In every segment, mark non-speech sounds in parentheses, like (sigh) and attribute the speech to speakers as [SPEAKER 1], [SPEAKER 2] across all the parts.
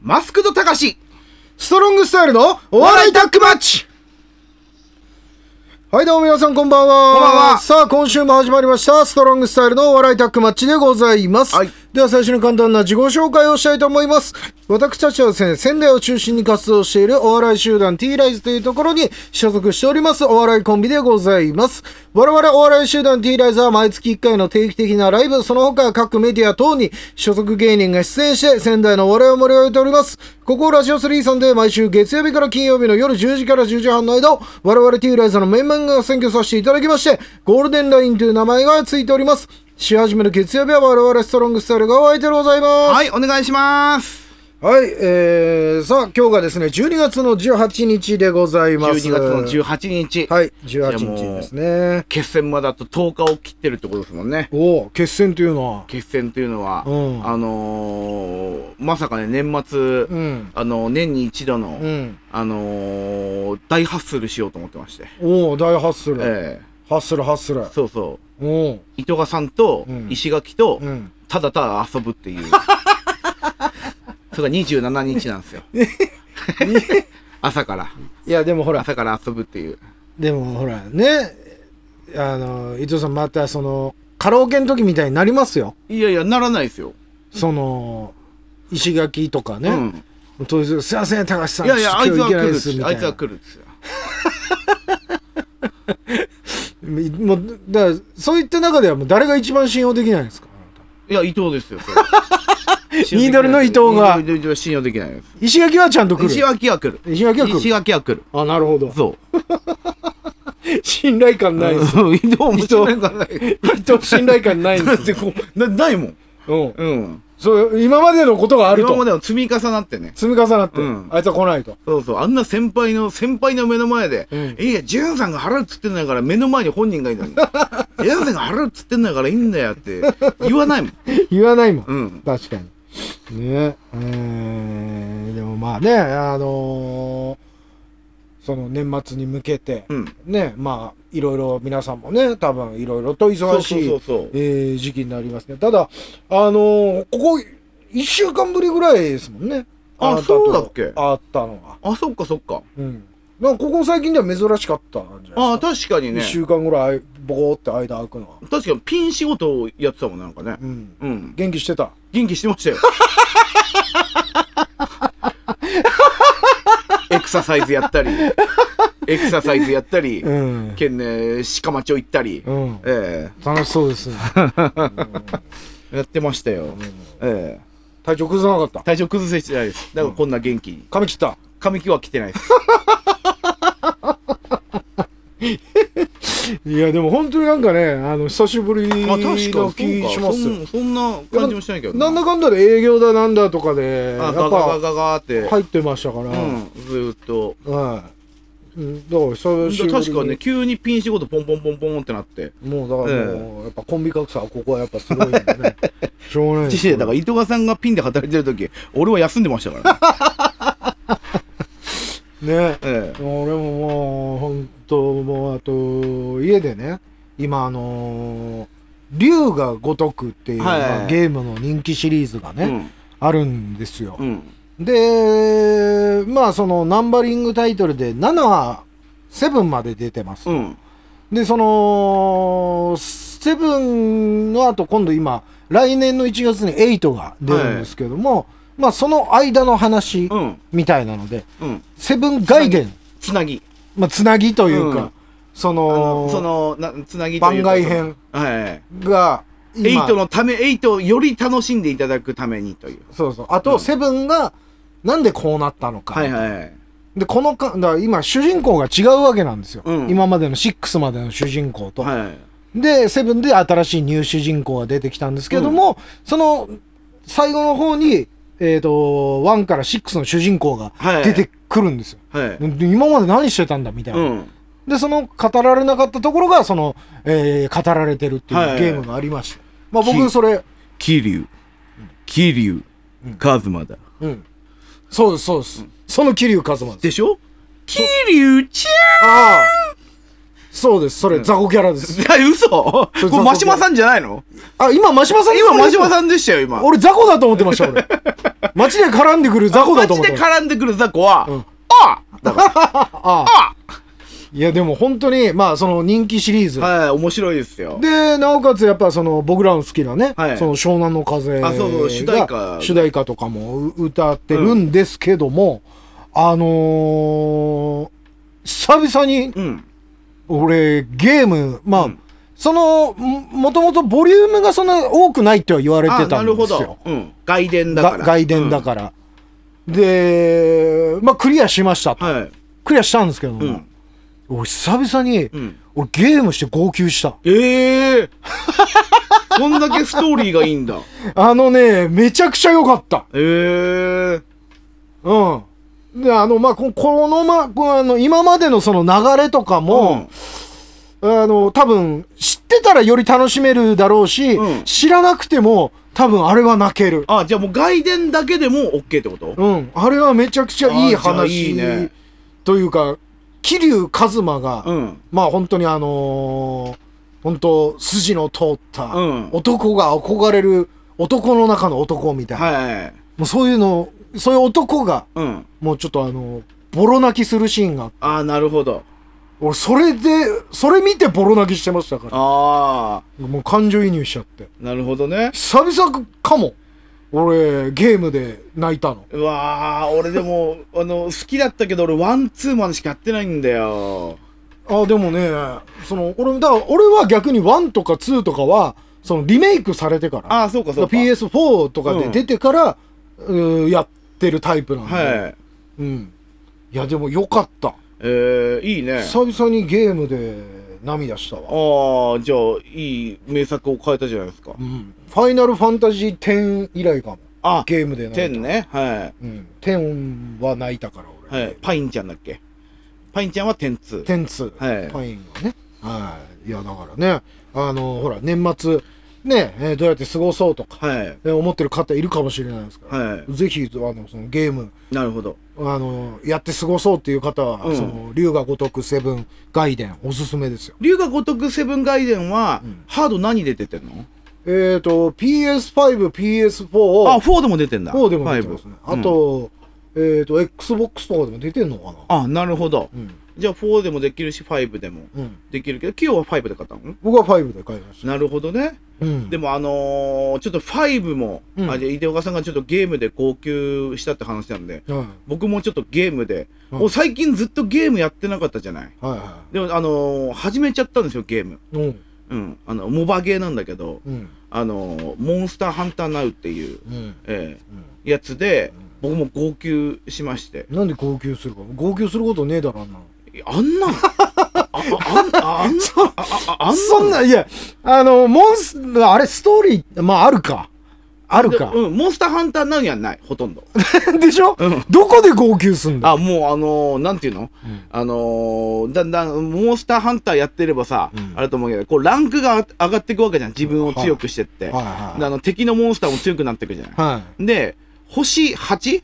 [SPEAKER 1] マスクドたかし、ストロングスタイルのお笑いタッグマッチはいどうも皆さんこんばんは。
[SPEAKER 2] こんばんは
[SPEAKER 1] さあ今週も始まりました、ストロングスタイルのお笑いタッグマッチでございます。
[SPEAKER 2] はい
[SPEAKER 1] では最初に簡単な自己紹介をしたいと思います。私たちはですね、仙台を中心に活動しているお笑い集団 T ライズというところに所属しておりますお笑いコンビでございます。我々お笑い集団 T ライズは毎月1回の定期的なライブ、その他各メディア等に所属芸人が出演して仙台のお笑いを盛り上げております。ここラジオ3さんで毎週月曜日から金曜日の夜10時から10時半の間を我々 T ライズの面々が選挙させていただきまして、ゴールデンラインという名前がついております。し始める月曜日は我々ストロングスタイルがお相手でございます。
[SPEAKER 2] はい、お願いします。
[SPEAKER 1] はい、えー、さあ今日がですね、12月の18日でございます。
[SPEAKER 2] 12月の18日。
[SPEAKER 1] はい、18日ですね。
[SPEAKER 2] 決戦まであと10日を切ってるってことですもんね。
[SPEAKER 1] おお、決戦というのは。
[SPEAKER 2] 決戦というのは、
[SPEAKER 1] うん
[SPEAKER 2] あのーまさかね、年末、
[SPEAKER 1] うん。
[SPEAKER 2] あの、年に一度の、
[SPEAKER 1] うん。
[SPEAKER 2] あのー大ハッスルしようと思ってまして。
[SPEAKER 1] おお、大ハッスル。
[SPEAKER 2] え
[SPEAKER 1] ハッスル、ハッスル
[SPEAKER 2] え。そうそう。
[SPEAKER 1] おお。
[SPEAKER 2] 糸賀さんと
[SPEAKER 1] うん
[SPEAKER 2] 石垣と、
[SPEAKER 1] うん。
[SPEAKER 2] ただただ遊ぶっていう。 (laughs) それが27日なん
[SPEAKER 1] (laughs)
[SPEAKER 2] ですよ。 (laughs) 朝から。
[SPEAKER 1] いや、でもほら、
[SPEAKER 2] 朝から遊ぶっていう。
[SPEAKER 1] でもほら、ね、あの、伊藤さんまたその、カラオケの時みたいになりますよ。
[SPEAKER 2] いやいや、ならないですよ。
[SPEAKER 1] その、石垣とかね。
[SPEAKER 2] うん。
[SPEAKER 1] 当日すいません、高橋さん。
[SPEAKER 2] いやいや、あ
[SPEAKER 1] ち
[SPEAKER 2] い
[SPEAKER 1] ょ
[SPEAKER 2] つ
[SPEAKER 1] っと今
[SPEAKER 2] は来
[SPEAKER 1] 日行けない
[SPEAKER 2] る
[SPEAKER 1] で
[SPEAKER 2] っ
[SPEAKER 1] す、み
[SPEAKER 2] す。
[SPEAKER 1] た
[SPEAKER 2] あ
[SPEAKER 1] い
[SPEAKER 2] いつ
[SPEAKER 1] な
[SPEAKER 2] は。来るっすよ。
[SPEAKER 1] みもう、だからそういった中ではもう誰が一番信用できないんですか
[SPEAKER 2] いや、伊藤ですよ。それ
[SPEAKER 1] (laughs) ニードルの伊藤が
[SPEAKER 2] ニードルの伊藤は信用できないです。
[SPEAKER 1] 石垣はちゃんと来る。
[SPEAKER 2] 石垣は来る。
[SPEAKER 1] 石垣は来る
[SPEAKER 2] 石垣は来る。
[SPEAKER 1] あ、なるほど。
[SPEAKER 2] そ
[SPEAKER 1] 信頼感
[SPEAKER 2] う。
[SPEAKER 1] ないで
[SPEAKER 2] (laughs)
[SPEAKER 1] す。
[SPEAKER 2] うん伊藤面白いからない。
[SPEAKER 1] 人信頼感ないんで
[SPEAKER 2] だっ
[SPEAKER 1] す
[SPEAKER 2] て
[SPEAKER 1] よ。
[SPEAKER 2] こう、なないもん。
[SPEAKER 1] うん。
[SPEAKER 2] うん。
[SPEAKER 1] そう、今までのことがある
[SPEAKER 2] 今ま
[SPEAKER 1] と。
[SPEAKER 2] での積み重なってね。
[SPEAKER 1] 積み重なって、
[SPEAKER 2] うん
[SPEAKER 1] あいつは来ないと。
[SPEAKER 2] そうそう。あんな先輩の、先輩の目の前で、
[SPEAKER 1] うん
[SPEAKER 2] いや、ジュンさんが払うっつってんだから目の前に本人がいるのに。 (laughs) ジュンさんが払うっつってんだからいいんだよって言わないもん。
[SPEAKER 1] 言わないもん。
[SPEAKER 2] うん。
[SPEAKER 1] 確かに。ねえー、でもまあね、あのーその年末に向けて、 (laughs)
[SPEAKER 2] うん。
[SPEAKER 1] ね、まあ、いろいろ皆さんもね、多分いろいろと
[SPEAKER 2] そ
[SPEAKER 1] 忙
[SPEAKER 2] うそ
[SPEAKER 1] し
[SPEAKER 2] うそ
[SPEAKER 1] いう
[SPEAKER 2] そう。
[SPEAKER 1] えー時期になりますね。ただ、あのーここ、1週間ぶりぐらいですもんね。
[SPEAKER 2] あ
[SPEAKER 1] なたと
[SPEAKER 2] そうだっけ
[SPEAKER 1] あったのが。
[SPEAKER 2] あ、そっかそっか。
[SPEAKER 1] うん。なんかここ最近では珍しかったんじゃな
[SPEAKER 2] あ
[SPEAKER 1] い
[SPEAKER 2] あ、
[SPEAKER 1] ですか。
[SPEAKER 2] 確かに
[SPEAKER 1] 一
[SPEAKER 2] ね。
[SPEAKER 1] 週間ぐらい、ボコーって間空くのは。
[SPEAKER 2] 確かにピン仕事をやってたもんなんかね
[SPEAKER 1] う。ん。
[SPEAKER 2] うん。
[SPEAKER 1] 元気してた。
[SPEAKER 2] 元気してましたよ。 (laughs) エクササイズやったり、エクササイズやったり、
[SPEAKER 1] ん。
[SPEAKER 2] 県ね、鹿町行ったり、
[SPEAKER 1] うん。
[SPEAKER 2] え
[SPEAKER 1] 楽しそうですね。
[SPEAKER 2] えやってましたよ。ええ
[SPEAKER 1] 体調崩さなかった。
[SPEAKER 2] 体調崩せてないです。だからこんな元気に。
[SPEAKER 1] 髪切った。
[SPEAKER 2] 髪切は来てないです。
[SPEAKER 1] いや、でも本当になんかね、あの、久しぶりの気します
[SPEAKER 2] そ
[SPEAKER 1] よ。
[SPEAKER 2] そんな感じもしないけど
[SPEAKER 1] なんだかんだで営業だなんだとかで、や
[SPEAKER 2] あ
[SPEAKER 1] っ
[SPEAKER 2] ガガガ
[SPEAKER 1] ぱ
[SPEAKER 2] ガガーって、
[SPEAKER 1] 入ってましたから。
[SPEAKER 2] うん、ずーっと。
[SPEAKER 1] はい。うんだから久しぶりに
[SPEAKER 2] 確かね、急にピン仕事ポンポンポンポンってなって。
[SPEAKER 1] もうだからもう、やっぱコンビ格差はここはやっぱすごいんでね。 (laughs) しょうがないで
[SPEAKER 2] 知
[SPEAKER 1] す
[SPEAKER 2] 事だから伊藤川さんがピンで働いてる時俺は休んでました (laughs) からね、
[SPEAKER 1] ね。
[SPEAKER 2] え
[SPEAKER 1] 俺ももう、本当もう、あと、家でね、今あのー竜が如くっていう、
[SPEAKER 2] はいはいはい
[SPEAKER 1] まあゲームの人気シリーズが
[SPEAKER 2] え
[SPEAKER 1] ね、あるんですよ
[SPEAKER 2] う。ん
[SPEAKER 1] で、まあそのナンバリングタイトルで7は7まで出てます。
[SPEAKER 2] うんうん
[SPEAKER 1] で、その、セブンの後、今度今、来年の1月に8が出るんですけども、まあその間の話
[SPEAKER 2] うん
[SPEAKER 1] みたいなので、
[SPEAKER 2] うん
[SPEAKER 1] セブン外伝、
[SPEAKER 2] つなぎ
[SPEAKER 1] まあつなぎというか、
[SPEAKER 2] うん
[SPEAKER 1] そ
[SPEAKER 2] あの
[SPEAKER 1] の、
[SPEAKER 2] そのなつなぎというか
[SPEAKER 1] 番外編
[SPEAKER 2] はいはい
[SPEAKER 1] が、
[SPEAKER 2] エイ
[SPEAKER 1] 今
[SPEAKER 2] トのためエイトをより楽しんでいただくためにという
[SPEAKER 1] そうそう。あと、セブンが、なんでこうなったのか。
[SPEAKER 2] はいはいはい
[SPEAKER 1] で、このか、だから今、主人公が違うわけなんですよ。
[SPEAKER 2] うん
[SPEAKER 1] 今までの6までの主人公と。
[SPEAKER 2] はい
[SPEAKER 1] で、セブンで新しいニュー主人公が出てきたんですけども、その最後の方に、えっ、と、1から6の主人公が
[SPEAKER 2] はい
[SPEAKER 1] 出てくるんですよ。
[SPEAKER 2] はい
[SPEAKER 1] で今まで何してたんだみたいうな、
[SPEAKER 2] ん
[SPEAKER 1] で、その語られなかったところが、その、えー語られてるって
[SPEAKER 2] はいいう
[SPEAKER 1] ゲームがありました。まあ僕、
[SPEAKER 2] き
[SPEAKER 1] それ、
[SPEAKER 2] 桐生桐生カズマだ
[SPEAKER 1] うん。そうです、そうです。その桐生一馬です。
[SPEAKER 2] でしょ桐生ちゃ
[SPEAKER 1] ああ。そうです。それ、雑魚キャラです。
[SPEAKER 2] え、 (laughs) 嘘こ
[SPEAKER 1] そ
[SPEAKER 2] れ
[SPEAKER 1] うそう
[SPEAKER 2] 真島さんじゃないの
[SPEAKER 1] あ、今、真島さん
[SPEAKER 2] 今真島
[SPEAKER 1] ん。
[SPEAKER 2] さんでしたよ、今。
[SPEAKER 1] 俺、雑魚だと思ってました、
[SPEAKER 2] (laughs)
[SPEAKER 1] 俺。街で絡んでくる雑魚だと思って
[SPEAKER 2] マジで
[SPEAKER 1] ました。
[SPEAKER 2] 絡んでくる雑魚は、
[SPEAKER 1] ん
[SPEAKER 2] あ
[SPEAKER 1] あ
[SPEAKER 2] (laughs) あ
[SPEAKER 1] いや、でも本当に、まあ、その人気シリーズ。
[SPEAKER 2] はい、面白いですよ。
[SPEAKER 1] で、なおかつやっぱその僕らの好きなね、
[SPEAKER 2] はい
[SPEAKER 1] その湘南の風が
[SPEAKER 2] あそうそう主題歌
[SPEAKER 1] 主題歌とかもう歌ってるんですけども、あのー、久々に
[SPEAKER 2] うん。
[SPEAKER 1] 俺ゲーム、まあ、
[SPEAKER 2] うん
[SPEAKER 1] その、ももともとボリュームがそんな多くないっては言われ
[SPEAKER 2] あ
[SPEAKER 1] てた
[SPEAKER 2] なんる
[SPEAKER 1] で
[SPEAKER 2] ほ
[SPEAKER 1] す
[SPEAKER 2] ど
[SPEAKER 1] よ。。
[SPEAKER 2] うん。外伝だか
[SPEAKER 1] が
[SPEAKER 2] ら。
[SPEAKER 1] 外伝だから。で、まあクリアしましたと。
[SPEAKER 2] ら。はい。
[SPEAKER 1] クリアしたんですけども、
[SPEAKER 2] うん。
[SPEAKER 1] 俺久々に、
[SPEAKER 2] うん。
[SPEAKER 1] 俺ゲームして号泣した。
[SPEAKER 2] え
[SPEAKER 1] (laughs)
[SPEAKER 2] えそんだけストーリーがいいんだ。
[SPEAKER 1] あのね、めちゃくちゃ良かった。
[SPEAKER 2] ええ
[SPEAKER 1] うん。で、あの、まあ、ここの、ま、こあの、今までのその流れとかも、あの、多分、知ってたらより楽しめるだろうし、
[SPEAKER 2] うん
[SPEAKER 1] 知らなくても、多分あれは泣ける。
[SPEAKER 2] あ、じゃあもう外伝だけでも OK ってこと
[SPEAKER 1] うん。あれはめちゃくちゃいい
[SPEAKER 2] あーじゃあ
[SPEAKER 1] 話。
[SPEAKER 2] いいね
[SPEAKER 1] というか、桐生一馬が、
[SPEAKER 2] うん。
[SPEAKER 1] まあ、本当にあのー本当筋の通った、
[SPEAKER 2] うん
[SPEAKER 1] 男が憧れる男の中の男みたいな。
[SPEAKER 2] はい。
[SPEAKER 1] もうそういうの、そういう男が、
[SPEAKER 2] うん。
[SPEAKER 1] もうちょっとあの、ボロ泣きするシーンがあって
[SPEAKER 2] ああ、なるほど。
[SPEAKER 1] 俺、それで、それ見てボロ泣きしてましたか
[SPEAKER 2] あ
[SPEAKER 1] ら。もう感情移入しちゃって。
[SPEAKER 2] あ、なるほどね。
[SPEAKER 1] 久々かも。俺、ゲームで泣いたの。
[SPEAKER 2] うわー、俺でも、 (laughs) あの、好きだったけど、俺、ワン、ツーまでしかやってないんだよ。
[SPEAKER 1] あ、でもね、その、俺、だから俺は逆に1とか2とかは、そのリメイクされてから。
[SPEAKER 2] ああ、そうか、そうか。
[SPEAKER 1] PS4 とかで出てから、うんやってるタイプなんで。
[SPEAKER 2] はい。
[SPEAKER 1] うん。いや、でもよかった。
[SPEAKER 2] えー、いいね。
[SPEAKER 1] 久々にゲームで涙したわ。
[SPEAKER 2] ああ、じゃあ、いい名作を変えたじゃないですか
[SPEAKER 1] う。ん。ファイナルファンタジー10以来かも。
[SPEAKER 2] あ、
[SPEAKER 1] ゲームで泣いた
[SPEAKER 2] テンね。は
[SPEAKER 1] うん。テンは泣いたか
[SPEAKER 2] い。
[SPEAKER 1] ら俺。
[SPEAKER 2] はい。パインちゃんだっけパインちゃんはテンツー。
[SPEAKER 1] テンツ
[SPEAKER 2] はい
[SPEAKER 1] パインはね。はい。いや、だからね、あの、ほら、年末、ね、えーどうやって過ごそうとか、
[SPEAKER 2] はい。
[SPEAKER 1] えー思ってる方いるかもしれないですから、
[SPEAKER 2] は
[SPEAKER 1] ぜひ、あの、そのゲーム、
[SPEAKER 2] い。なるほど。
[SPEAKER 1] あの、やって過ごそうっていう方は、
[SPEAKER 2] うん
[SPEAKER 1] その、龍が如くセブン、ガイデン、おすすめですよ。
[SPEAKER 2] 龍が如くセブンガイデンは、
[SPEAKER 1] うん
[SPEAKER 2] ハード何で出てんの
[SPEAKER 1] えっ、と、PS5、PS4
[SPEAKER 2] あ、
[SPEAKER 1] を、
[SPEAKER 2] 4でも出てんだ。
[SPEAKER 1] 4でも出てますね。
[SPEAKER 2] ファイ
[SPEAKER 1] あ
[SPEAKER 2] ブ、
[SPEAKER 1] と、えっ、と、Xbox とかでも出てんのかな
[SPEAKER 2] うんあ、なるほど。
[SPEAKER 1] うん。
[SPEAKER 2] じゃあ、4でもできるし、5でも
[SPEAKER 1] うん。
[SPEAKER 2] できるけど、キヨは5で買ったの
[SPEAKER 1] 僕は5で買いました。
[SPEAKER 2] なるほどね。
[SPEAKER 1] うん。
[SPEAKER 2] でもあのーちょっと5も、
[SPEAKER 1] うん
[SPEAKER 2] あじゃあ、井手岡さんがちょっとゲームで号泣したって話なんで、
[SPEAKER 1] はい
[SPEAKER 2] 僕もちょっとゲームで、
[SPEAKER 1] うん
[SPEAKER 2] もう最近ずっとゲームやってなかったじゃない。
[SPEAKER 1] はいは
[SPEAKER 2] でも、あのー始めちゃったんですよ、ゲーム。
[SPEAKER 1] い。うん。
[SPEAKER 2] うん。あの、モバゲーなんだけど、
[SPEAKER 1] うん。
[SPEAKER 2] あのーモンスターハンターナウっていう、
[SPEAKER 1] うん。
[SPEAKER 2] ええやつで、僕も号泣しまして。
[SPEAKER 1] なんで号泣するか号泣することねえだろ、あんなの。
[SPEAKER 2] いやあんなあ、あ、ああ
[SPEAKER 1] (laughs)
[SPEAKER 2] んな、あ、あ、ああんな
[SPEAKER 1] そんな、いや、あの、モンス、あれ、ストーリー、まあ、あるか。ある
[SPEAKER 2] で
[SPEAKER 1] か。
[SPEAKER 2] うん、モンスターハンターナウにはない、ほとんど。
[SPEAKER 1] (laughs) でしょ、
[SPEAKER 2] うん
[SPEAKER 1] どこで号泣すんだ
[SPEAKER 2] あ、もうあのーなんていうの、
[SPEAKER 1] うん
[SPEAKER 2] あのーだんだん、モンスターハンターやってればさ、
[SPEAKER 1] うん
[SPEAKER 2] あれと思うけど、こう、ランクが上がっていくわけじゃん。自分を強くしてって。
[SPEAKER 1] はいはい
[SPEAKER 2] であの、敵のモンスターも強くなっていくじゃない。
[SPEAKER 1] は
[SPEAKER 2] で、星 8?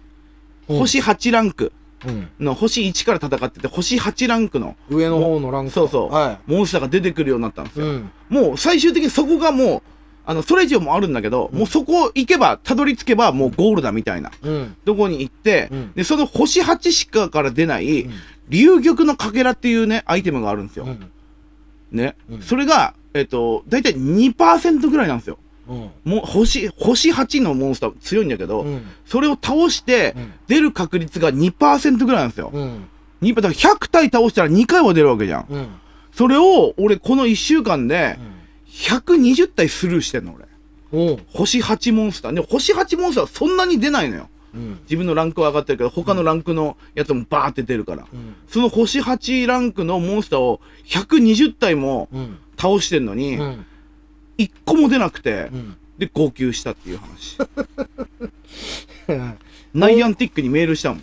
[SPEAKER 1] うん
[SPEAKER 2] 星8ランク
[SPEAKER 1] い。うん。
[SPEAKER 2] の、星1から戦ってて、星8ランクの、
[SPEAKER 1] 上の方のランク。
[SPEAKER 2] そうそう、
[SPEAKER 1] は
[SPEAKER 2] モンスターが出てくるようになったんです
[SPEAKER 1] い。
[SPEAKER 2] よ。
[SPEAKER 1] うん。
[SPEAKER 2] もう最終的にそこがもう、あの、それ以上もあるんだけど、もうそこ行けば、たどり着けばもうゴールだみたいな。
[SPEAKER 1] うん。
[SPEAKER 2] どこに行って、
[SPEAKER 1] うん
[SPEAKER 2] で、その星8しかから出ない、
[SPEAKER 1] うん
[SPEAKER 2] 龍玉のかけらっていうね、アイテムがあるんですよ。
[SPEAKER 1] うん。
[SPEAKER 2] ね、
[SPEAKER 1] うん
[SPEAKER 2] それが、えっ、と、だいたい2%ぐらいなんですよ。
[SPEAKER 1] うん。
[SPEAKER 2] もう星、星8のモンスター強いんだけど、
[SPEAKER 1] うん
[SPEAKER 2] それを倒して
[SPEAKER 1] うん、
[SPEAKER 2] 出る確率が2%ぐらいなんですよ。
[SPEAKER 1] うん。
[SPEAKER 2] 2%だから100体倒したら2回は出るわけじゃん。
[SPEAKER 1] うん。
[SPEAKER 2] それを、俺この1週間で、120体スルーしてんの、俺。
[SPEAKER 1] おう。
[SPEAKER 2] 星8モンスター。でも星8モンスターはそんなに出ないのよ。
[SPEAKER 1] うん。
[SPEAKER 2] 自分のランクは上がってるけど、他のランクのやつもバーって出るから。
[SPEAKER 1] うん。
[SPEAKER 2] その星8ランクのモンスターを120体も
[SPEAKER 1] うん。
[SPEAKER 2] 倒してんのに
[SPEAKER 1] う、ん。
[SPEAKER 2] 1個も出なくて
[SPEAKER 1] う、ん。
[SPEAKER 2] で、号泣したっていう話。ナイアンティックにメールしたもん。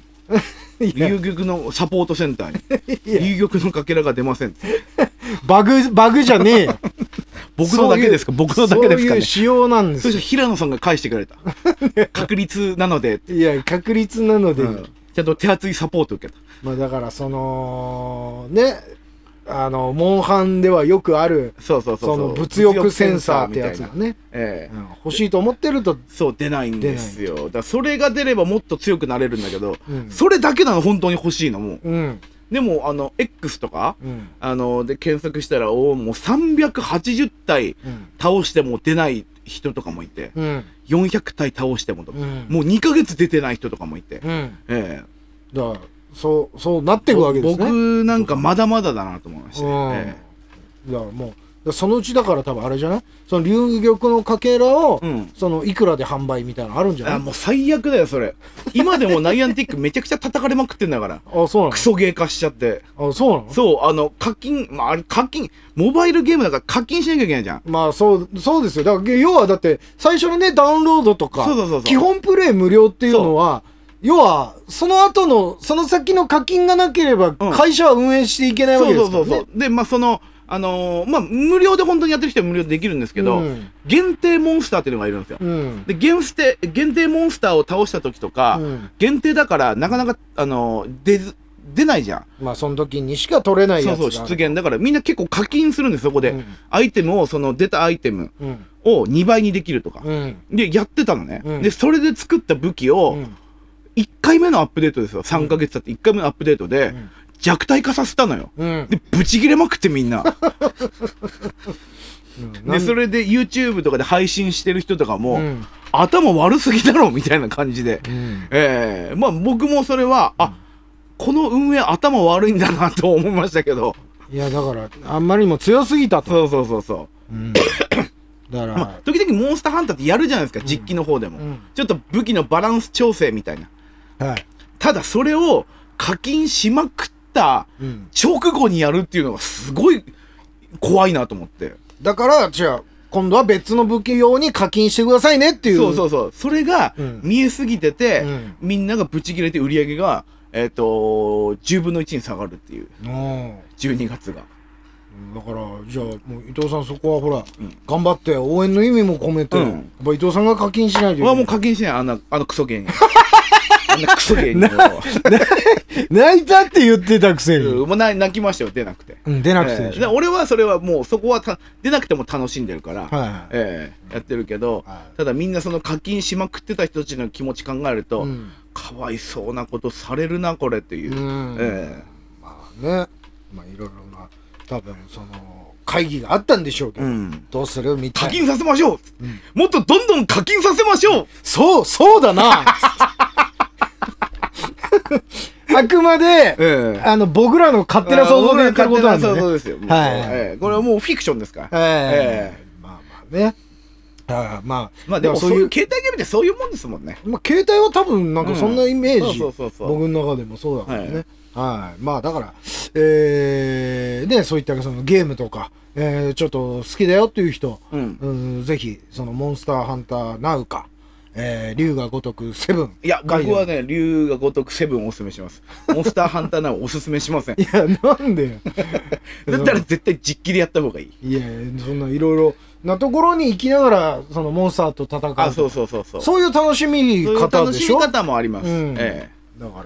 [SPEAKER 1] いや
[SPEAKER 2] 流玉のサポートセンター
[SPEAKER 1] (laughs)
[SPEAKER 2] に。流玉のかけらが出ませんって。
[SPEAKER 1] バグ、バグじゃねえよ。
[SPEAKER 2] 僕のだけですか僕のだけですか
[SPEAKER 1] そういう
[SPEAKER 2] ね。
[SPEAKER 1] 仕様なんです
[SPEAKER 2] そ
[SPEAKER 1] よ
[SPEAKER 2] したら平野さんが返してくれ
[SPEAKER 1] (laughs)
[SPEAKER 2] た。確率なので、
[SPEAKER 1] いや、確率なので、
[SPEAKER 2] うんちゃんと手厚いサポート受けた。
[SPEAKER 1] まあだからその、ね、あの、モンハンではよくある、
[SPEAKER 2] そうそうそう
[SPEAKER 1] その物欲センサーってやつ
[SPEAKER 2] 物欲センサーみたい
[SPEAKER 1] が
[SPEAKER 2] な
[SPEAKER 1] ね、
[SPEAKER 2] え
[SPEAKER 1] う
[SPEAKER 2] え
[SPEAKER 1] ん欲しいと思ってると、
[SPEAKER 2] そう出ないんですよだからそれが出ればもっと強くなれるんだけど、
[SPEAKER 1] うん
[SPEAKER 2] それだけなの本当に欲しいのもう
[SPEAKER 1] うん、
[SPEAKER 2] でもあの X とか
[SPEAKER 1] うん、
[SPEAKER 2] あので検索したらおーもう380体
[SPEAKER 1] うん、
[SPEAKER 2] 倒しても出ない人とかもいて
[SPEAKER 1] うん、
[SPEAKER 2] 400体倒してもとか、
[SPEAKER 1] うん
[SPEAKER 2] もう2ヶ月出てない人とかもいて、
[SPEAKER 1] うん。
[SPEAKER 2] ええ
[SPEAKER 1] だから、そう、そうなっていくわけですね。
[SPEAKER 2] 僕なんかまだまだだなと思いました、え
[SPEAKER 1] うん。だからもう、だからそのうちだから多分あれじゃないその流玉のかけらを、
[SPEAKER 2] えうん
[SPEAKER 1] そのいくらで販売みたいなのあるんじゃない
[SPEAKER 2] あもう最悪だよそれ今でもナイアンティックめちゃくちゃ叩かれまくってんだから
[SPEAKER 1] あ、そうな
[SPEAKER 2] クソゲー化しちゃって
[SPEAKER 1] のあ、そうなの
[SPEAKER 2] そうあの課金まああれ課金モバイルゲームだから課金しなきゃいけないじゃん
[SPEAKER 1] まあそう、そうですよ。だから要はだって、最初のね、ダウンロードとか、
[SPEAKER 2] そうそうそうそう
[SPEAKER 1] 基本プレイ無料っていうのは、要は、その後の、その先の課金がなければ、
[SPEAKER 2] うん
[SPEAKER 1] 会社は運営していけないわ
[SPEAKER 2] そ
[SPEAKER 1] け
[SPEAKER 2] う
[SPEAKER 1] で
[SPEAKER 2] そう
[SPEAKER 1] す
[SPEAKER 2] そ
[SPEAKER 1] から
[SPEAKER 2] うそう
[SPEAKER 1] ね。
[SPEAKER 2] でまあそのあのーまあ無料で本当にやってる人は無料でできるんですけど、
[SPEAKER 1] うん
[SPEAKER 2] 限定モンスターっていうのがいるんですよ
[SPEAKER 1] うん。
[SPEAKER 2] で限定限定モンスターを倒した時とか、
[SPEAKER 1] うん
[SPEAKER 2] 限定だからなかなかあのー出ず出ないじゃん
[SPEAKER 1] まあその時にしか取れない
[SPEAKER 2] そ
[SPEAKER 1] や
[SPEAKER 2] う
[SPEAKER 1] つ
[SPEAKER 2] そ
[SPEAKER 1] が
[SPEAKER 2] う、出現。だからみんな結構課金するんです、そこで。
[SPEAKER 1] うん
[SPEAKER 2] アイテムを、その出たアイテム
[SPEAKER 1] うん。
[SPEAKER 2] を2倍にできるとか。
[SPEAKER 1] うん。
[SPEAKER 2] で、やってたのね、
[SPEAKER 1] うん
[SPEAKER 2] で、それで作った武器
[SPEAKER 1] う
[SPEAKER 2] を、
[SPEAKER 1] ん
[SPEAKER 2] 1回目のアップデートですよ。3ヶ月経って1回目のアップデートで、
[SPEAKER 1] ん
[SPEAKER 2] 弱体化させたのよ。
[SPEAKER 1] うん。
[SPEAKER 2] で、ブチ切れまくってみんな。
[SPEAKER 1] うん
[SPEAKER 2] で、それで YouTube とかで配信してる人とかも、
[SPEAKER 1] うん
[SPEAKER 2] 頭悪すぎだろ、みたいな感じで。
[SPEAKER 1] うん
[SPEAKER 2] ええまあ僕もそれは、あ、この運営頭悪いんだなと思いましたけど。
[SPEAKER 1] いや、だから、あんまりにも強すぎたと。
[SPEAKER 2] そうそうそうそう。
[SPEAKER 1] うんだから、
[SPEAKER 2] まあ、時々モンスターハンターってやるじゃないですか、実機の方でも、
[SPEAKER 1] うん
[SPEAKER 2] ちょっと武器のバランス調整みたいな。
[SPEAKER 1] はい。
[SPEAKER 2] ただそれを課金しまくった
[SPEAKER 1] うん
[SPEAKER 2] 直後にやるっていうのがすごい怖いなと思って。
[SPEAKER 1] だから、じゃあ、今度は別の武器用に課金してくださいねっていう。
[SPEAKER 2] そうそうそう。それが
[SPEAKER 1] うん
[SPEAKER 2] 見えすぎてて、
[SPEAKER 1] うん
[SPEAKER 2] みんながブチ切れて売り上げが、えっ、と10分の1に下がるっていう、
[SPEAKER 1] うん
[SPEAKER 2] 12月が。
[SPEAKER 1] だからじゃあもう伊藤さんそこはほら、頑張って応援の意味も込めて、
[SPEAKER 2] うん
[SPEAKER 1] やっぱ伊藤さんが課金しないとい
[SPEAKER 2] 俺はもう
[SPEAKER 1] け
[SPEAKER 2] 課金しない、あんな、あのクソ
[SPEAKER 1] (laughs)
[SPEAKER 2] 芸人。あんなクソ芸人を。
[SPEAKER 1] ない泣いたって言ってたくせに、
[SPEAKER 2] もうな泣きましたよ、出なくて。
[SPEAKER 1] うん、出なく
[SPEAKER 2] え
[SPEAKER 1] てで
[SPEAKER 2] え
[SPEAKER 1] し
[SPEAKER 2] で
[SPEAKER 1] ょ、
[SPEAKER 2] 俺はそれはもうそこはた出なくても楽しんでるから、
[SPEAKER 1] はい
[SPEAKER 2] ええやってるけど、
[SPEAKER 1] はい
[SPEAKER 2] ただみんなその課金しまくってた人たちの気持ち考えると、
[SPEAKER 1] うん
[SPEAKER 2] かわいそうなことされるなこれっていう、
[SPEAKER 1] うん
[SPEAKER 2] え
[SPEAKER 1] まあねまあいろいろな多分その会議があったんでしょうけ
[SPEAKER 2] え
[SPEAKER 1] ど、
[SPEAKER 2] うん
[SPEAKER 1] どうするみ
[SPEAKER 2] 課
[SPEAKER 1] たいな
[SPEAKER 2] 金させましょう、もっとどんどん課金させましょう
[SPEAKER 1] そうそうだな (laughs) あくまで、
[SPEAKER 2] ええ
[SPEAKER 1] あの僕らの勝手な想像でやってることなんで、ね、
[SPEAKER 2] そうですよ、
[SPEAKER 1] はい
[SPEAKER 2] ええこれはもうフィクションですから、
[SPEAKER 1] え
[SPEAKER 2] え
[SPEAKER 1] えまあまあね。ああまあ、
[SPEAKER 2] えまあでも
[SPEAKER 1] だか
[SPEAKER 2] そ
[SPEAKER 1] ら
[SPEAKER 2] ういう携帯ゲームってそういうもんですもんね
[SPEAKER 1] まあ、携帯は多分なんかそんなイメージ、
[SPEAKER 2] うんそうそうそうそう
[SPEAKER 1] 僕の中でもそうだからね。はい、まあだから、えー、ね、そういったそのゲームとか、えー、ちょっと好きだよっていう人、
[SPEAKER 2] うん
[SPEAKER 1] うんぜひ、そのモンスターハンターナウか、えー、竜が如くセブン。
[SPEAKER 2] いや僕はね竜が如くセブンをおすすめし (laughs) ますモンスターハンターならおすすめしません
[SPEAKER 1] いや、なんでよ。 (laughs)
[SPEAKER 2] だったら絶対実機でやった方がいい。
[SPEAKER 1] いや、そんないろいろなところに行きながら、そのモンスターと戦うとか。
[SPEAKER 2] あ、そうそうそうそう。
[SPEAKER 1] そういう楽しみ
[SPEAKER 2] そういう
[SPEAKER 1] 方で
[SPEAKER 2] 楽し
[SPEAKER 1] し
[SPEAKER 2] み
[SPEAKER 1] ょ
[SPEAKER 2] 方もあります。
[SPEAKER 1] うん
[SPEAKER 2] え
[SPEAKER 1] だから、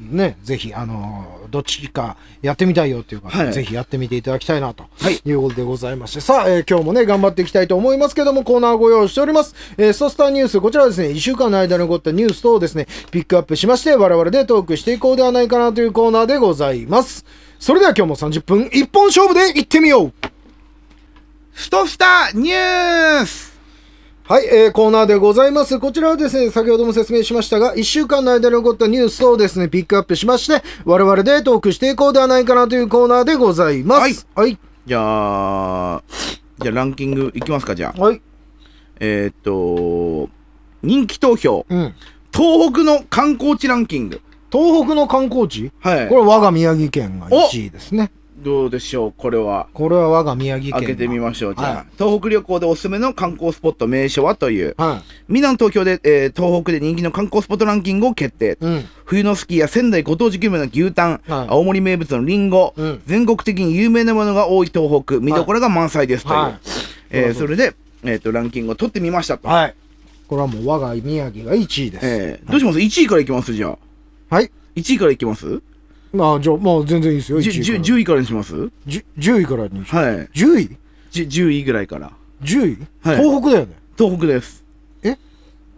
[SPEAKER 1] ね、ぜひ、あのーどっちかやってみたいよっていう方、
[SPEAKER 2] はい
[SPEAKER 1] ぜひやってみていただきたいなと、
[SPEAKER 2] はいいう
[SPEAKER 1] ことでございまして、さあ、えー今日もね、頑張っていきたいと思いますけども、コーナーご用意しております。えーソスターニュース、こちらはですね、1週間の間に起こったニュース等をですね、ピックアップしまして、我々でトークしていこうではないかなというコーナーでございます。それでは今日も30分、一本勝負でいってみよう
[SPEAKER 2] えストスターニュース
[SPEAKER 1] はい、えーコーナーでございます。こちらはですね、先ほども説明しましたが、1週間の間に起こったニュースをですね、ピックアップしまして、我々でトークしていこうではないかなというコーナーでございます。はい。
[SPEAKER 2] じゃあ、じゃあランキングいきますか、じゃあ。
[SPEAKER 1] はい。
[SPEAKER 2] えーっと、人気投票、
[SPEAKER 1] うん。
[SPEAKER 2] 東北の観光地ランキング。
[SPEAKER 1] 東北の観光地
[SPEAKER 2] はい。
[SPEAKER 1] これは我が宮城県が1位ですね。
[SPEAKER 2] どうでしょう、これは。
[SPEAKER 1] これは我が宮城県が。
[SPEAKER 2] 開けてみましょう、じゃあ。
[SPEAKER 1] はい
[SPEAKER 2] 東北旅行でおすすめの観光スポット名所はという。
[SPEAKER 1] は
[SPEAKER 2] 南東京で、えー東北で人気の観光スポットランキングを決定。
[SPEAKER 1] い。うん。
[SPEAKER 2] 冬のスキーや仙台ご当地グルメの牛タン、
[SPEAKER 1] はい
[SPEAKER 2] 青森名物のリンゴ、
[SPEAKER 1] うん
[SPEAKER 2] 全国的に有名なものが多い東北、見どころが満載ですという。
[SPEAKER 1] はい
[SPEAKER 2] え
[SPEAKER 1] そ
[SPEAKER 2] ー
[SPEAKER 1] うそう
[SPEAKER 2] それで、えっ、と、ランキングを取ってみましたと。
[SPEAKER 1] はい。これはもう我が宮城が1位です。
[SPEAKER 2] えーどうします ?1 位からいきますじゃあ。
[SPEAKER 1] はい。
[SPEAKER 2] 1位からいきます
[SPEAKER 1] まあ、じゃあ、まあ、全然いいですよ。
[SPEAKER 2] じ
[SPEAKER 1] 1位
[SPEAKER 2] ゅじゅ
[SPEAKER 1] から。
[SPEAKER 2] 10位からにします
[SPEAKER 1] じゅ10位からにしよ。
[SPEAKER 2] はいう
[SPEAKER 1] 10位
[SPEAKER 2] じゅ10位ぐらいから
[SPEAKER 1] ?10 位
[SPEAKER 2] はい
[SPEAKER 1] 東北だよね。
[SPEAKER 2] 東北です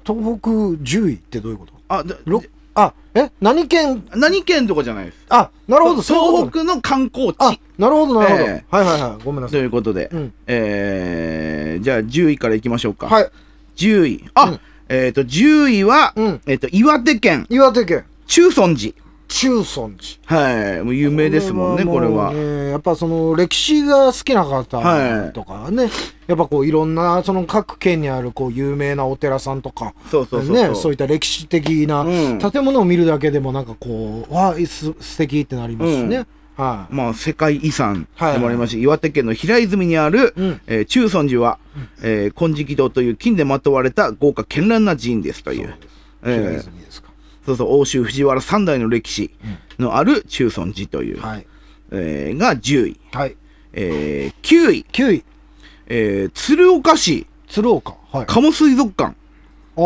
[SPEAKER 1] 東北10位ってどういうこと
[SPEAKER 2] あだ
[SPEAKER 1] ろあ、え何県
[SPEAKER 2] 何県とかじゃないです
[SPEAKER 1] あ、なるほど、そういう
[SPEAKER 2] 東
[SPEAKER 1] ことね
[SPEAKER 2] 北の観光
[SPEAKER 1] あ
[SPEAKER 2] 地、
[SPEAKER 1] なるほど、なるほど。
[SPEAKER 2] え
[SPEAKER 1] はいはいはい。ごめんな
[SPEAKER 2] と
[SPEAKER 1] さい。
[SPEAKER 2] いうことで、
[SPEAKER 1] うん
[SPEAKER 2] えー、じゃあ10位からいきましょうか、
[SPEAKER 1] はい。
[SPEAKER 2] 10位あ、
[SPEAKER 1] うん
[SPEAKER 2] えっ、と10位は、
[SPEAKER 1] うん
[SPEAKER 2] えっ、と岩手県
[SPEAKER 1] 岩手県、
[SPEAKER 2] 中尊寺
[SPEAKER 1] 中尊寺。
[SPEAKER 2] はいもう有名ですもんねこれは
[SPEAKER 1] もうねやっぱその歴史が好きな方とかね、やっぱこういろんなその各県にあるこう有名なお寺さんとか、
[SPEAKER 2] そうそうそうそう
[SPEAKER 1] ね、そういった歴史的な
[SPEAKER 2] うん
[SPEAKER 1] 建物を見るだけでもなんかこう、わあ、す素敵ってなりますしね。はい。
[SPEAKER 2] まあ、世界遺産
[SPEAKER 1] はい
[SPEAKER 2] でもありますし、岩手県の平泉にある、
[SPEAKER 1] うん
[SPEAKER 2] えー中尊寺は、えー金色堂という金でまとわれた豪華絢爛な寺院ですという
[SPEAKER 1] そう
[SPEAKER 2] えー
[SPEAKER 1] 平泉ですか。
[SPEAKER 2] そうそう欧州藤原三代の歴史のある中尊寺という、
[SPEAKER 1] はい。
[SPEAKER 2] えーが10位、
[SPEAKER 1] はい。
[SPEAKER 2] えー9位、
[SPEAKER 1] 9位、
[SPEAKER 2] えー鶴岡市
[SPEAKER 1] 鶴岡。はい。
[SPEAKER 2] 鴨水族館
[SPEAKER 1] あ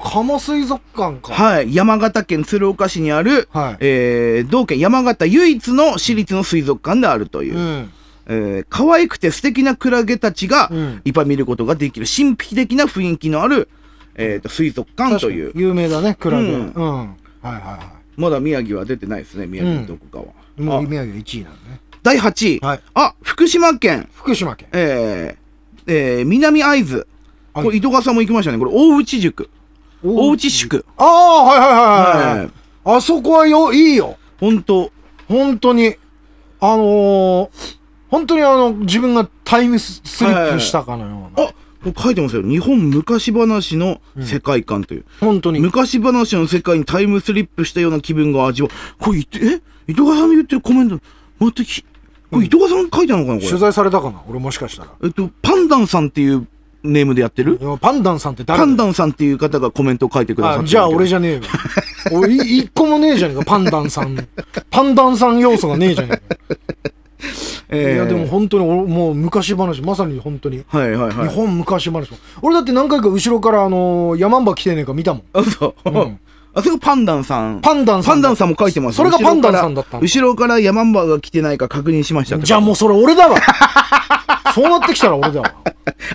[SPEAKER 1] あ、鴨水族館か。
[SPEAKER 2] はい山形県鶴岡市にある、
[SPEAKER 1] はい
[SPEAKER 2] えー同県山形唯一の私立の水族館であるという、
[SPEAKER 1] うん。
[SPEAKER 2] えー可愛くて素敵なクラゲたちが
[SPEAKER 1] うん
[SPEAKER 2] いっぱい見ることができる神秘的な雰囲気のある、えー、と水族館という
[SPEAKER 1] 確かに有名だね、クラゲ。
[SPEAKER 2] う
[SPEAKER 1] うんん。はいはいは
[SPEAKER 2] まだ宮城は出てないですね宮城のどこかは、
[SPEAKER 1] い。も
[SPEAKER 2] あ
[SPEAKER 1] う宮城1位なんでね。
[SPEAKER 2] 第8位、
[SPEAKER 1] はい
[SPEAKER 2] あ福島県、
[SPEAKER 1] 福島県。
[SPEAKER 2] えーえー南会津これ井戸川さんも行きましたねこれ大内塾大内宿
[SPEAKER 1] ああ、はいはいはい、はい
[SPEAKER 2] はい
[SPEAKER 1] あそこはよ、いいよ。
[SPEAKER 2] 本当
[SPEAKER 1] 本当に。あのー、本当にあの、自分がタイムスリップしたかのような。
[SPEAKER 2] あこれ書いてますよ日本昔話の世界観という、
[SPEAKER 1] 本当に。
[SPEAKER 2] 昔話の世界にタイムスリップしたような気分が味わう。これ、いってえ伊藤川さんの言ってるコメント、待ってき、これ伊藤川さんが書いたのかなこ
[SPEAKER 1] 取
[SPEAKER 2] れ。
[SPEAKER 1] 材されたかな俺もしかしたら。
[SPEAKER 2] えっと、パンダンさんっていうネームでやってる
[SPEAKER 1] いやパンダンさんって誰だ
[SPEAKER 2] パ
[SPEAKER 1] よ
[SPEAKER 2] ンダンさんっていう方がコメントを書いてくださって
[SPEAKER 1] あ
[SPEAKER 2] る
[SPEAKER 1] じゃあ俺じゃねえよ。俺、い一個もねえじゃねえか、パンダン
[SPEAKER 2] (laughs)
[SPEAKER 1] さん。パンダンさん要素がねえじゃねえか。
[SPEAKER 2] えー
[SPEAKER 1] いや、でも本当に、俺もう昔話、まさに本当に。
[SPEAKER 2] はいはいは
[SPEAKER 1] 日
[SPEAKER 2] い。
[SPEAKER 1] 本昔話。俺だって何回か後ろから、あのー、ヤマンバ来てねえか見たもん。
[SPEAKER 2] あ、そう。あ、それがパンダンさん。
[SPEAKER 1] パンダンさ
[SPEAKER 2] パ
[SPEAKER 1] んだ
[SPEAKER 2] ンダンさんも書いてます。
[SPEAKER 1] それがパンダンさんだったの
[SPEAKER 2] 後ろから後ろからヤマンバが来てないか確認しましたって
[SPEAKER 1] じゃあもうそれ俺だわ。 (laughs) そうなってきたら俺だわ。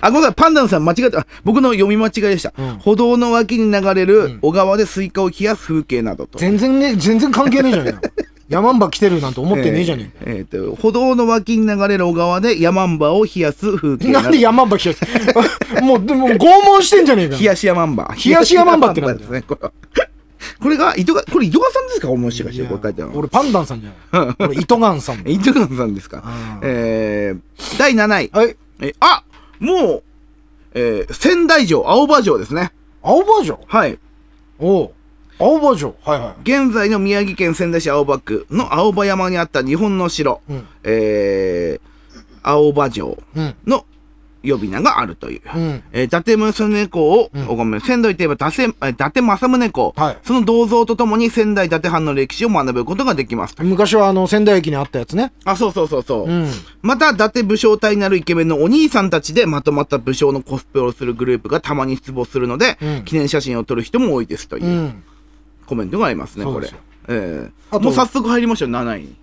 [SPEAKER 2] あ、ごめんなさい、パンダンさん間違えた。あ僕の読み間違いでした。
[SPEAKER 1] うん
[SPEAKER 2] 歩道の脇に流れる小川でスイカを冷やす風景などと。
[SPEAKER 1] 全然ね、全然関係ねえじゃねえか。ヤマンバ来てるなんて思ってねえじゃね
[SPEAKER 2] えーえーと、歩道の脇に流れる小川でヤマンバを冷やす風
[SPEAKER 1] え
[SPEAKER 2] 景
[SPEAKER 1] か。なんで
[SPEAKER 2] 冷
[SPEAKER 1] ヤマンバ来てる (laughs) もう、でも拷問してんじゃねえか。
[SPEAKER 2] やしヤマンバ。
[SPEAKER 1] 冷やしヤマンバってな
[SPEAKER 2] 冷
[SPEAKER 1] んだ
[SPEAKER 2] やしヤマンバですね、これは。 (laughs) これが、糸が、これ糸川さんですかもしかして、これ書いてあるの。
[SPEAKER 1] 俺パンダンさんじゃ
[SPEAKER 2] (laughs)
[SPEAKER 1] ない。俺糸ガンさんだ。
[SPEAKER 2] 糸川さんですか
[SPEAKER 1] あ。ー
[SPEAKER 2] えー、第7位。
[SPEAKER 1] はい。
[SPEAKER 2] え、あもう、えー、仙台城、青葉城ですね。
[SPEAKER 1] 青葉城
[SPEAKER 2] はい。
[SPEAKER 1] おう。青葉城はいはい。
[SPEAKER 2] 現在の宮城県仙台市青葉区の青葉山にあった日本の城、
[SPEAKER 1] うん
[SPEAKER 2] えー、青葉城
[SPEAKER 1] うん。
[SPEAKER 2] の呼び名があるという。
[SPEAKER 1] うん。
[SPEAKER 2] えー、伊達政宗公を、
[SPEAKER 1] うん
[SPEAKER 2] おごめん、仙台といえば伊達えー伊達政宗公、
[SPEAKER 1] はい
[SPEAKER 2] その銅像とともに仙台伊達藩の歴史を学ぶことができます。
[SPEAKER 1] 昔はあの、仙台駅にあったやつね。
[SPEAKER 2] あ、そうそうそうそう。
[SPEAKER 1] うん。
[SPEAKER 2] また、伊達武将隊なるイケメンのお兄さんたちでまとまった武将のコスプレをするグループがたまに出没するので、
[SPEAKER 1] うん。
[SPEAKER 2] 記念写真を撮る人も多いですといううんコメントがありますね、
[SPEAKER 1] そ
[SPEAKER 2] こ
[SPEAKER 1] うで
[SPEAKER 2] れ
[SPEAKER 1] すよ。
[SPEAKER 2] ええ
[SPEAKER 1] あと
[SPEAKER 2] もう早速入りましたよ、7位に。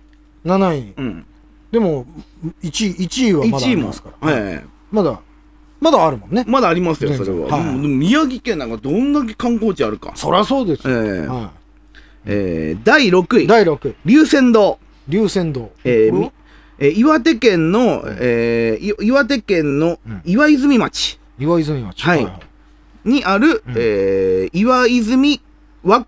[SPEAKER 1] 7位。
[SPEAKER 2] うん。
[SPEAKER 1] でも、1位、1位はまだ
[SPEAKER 2] 1
[SPEAKER 1] あ
[SPEAKER 2] 位
[SPEAKER 1] り
[SPEAKER 2] も
[SPEAKER 1] ますから。
[SPEAKER 2] ええ
[SPEAKER 1] まだ、まだあるもんね。
[SPEAKER 2] まだありますよ、それ
[SPEAKER 1] 全然
[SPEAKER 2] は。
[SPEAKER 1] はい
[SPEAKER 2] うんでも宮城県なんかどんだけ観光地あるか。
[SPEAKER 1] そりゃそうです
[SPEAKER 2] ええ
[SPEAKER 1] よ。は
[SPEAKER 2] ええ第6
[SPEAKER 1] い。
[SPEAKER 2] 位、
[SPEAKER 1] 第6位。
[SPEAKER 2] 龍仙堂。
[SPEAKER 1] 龍泉洞。
[SPEAKER 2] えー
[SPEAKER 1] これ
[SPEAKER 2] み
[SPEAKER 1] は
[SPEAKER 2] えー岩手県の、えーい岩手県の
[SPEAKER 1] うん
[SPEAKER 2] 岩泉町
[SPEAKER 1] 岩泉町。
[SPEAKER 2] はいにある、えー岩泉わ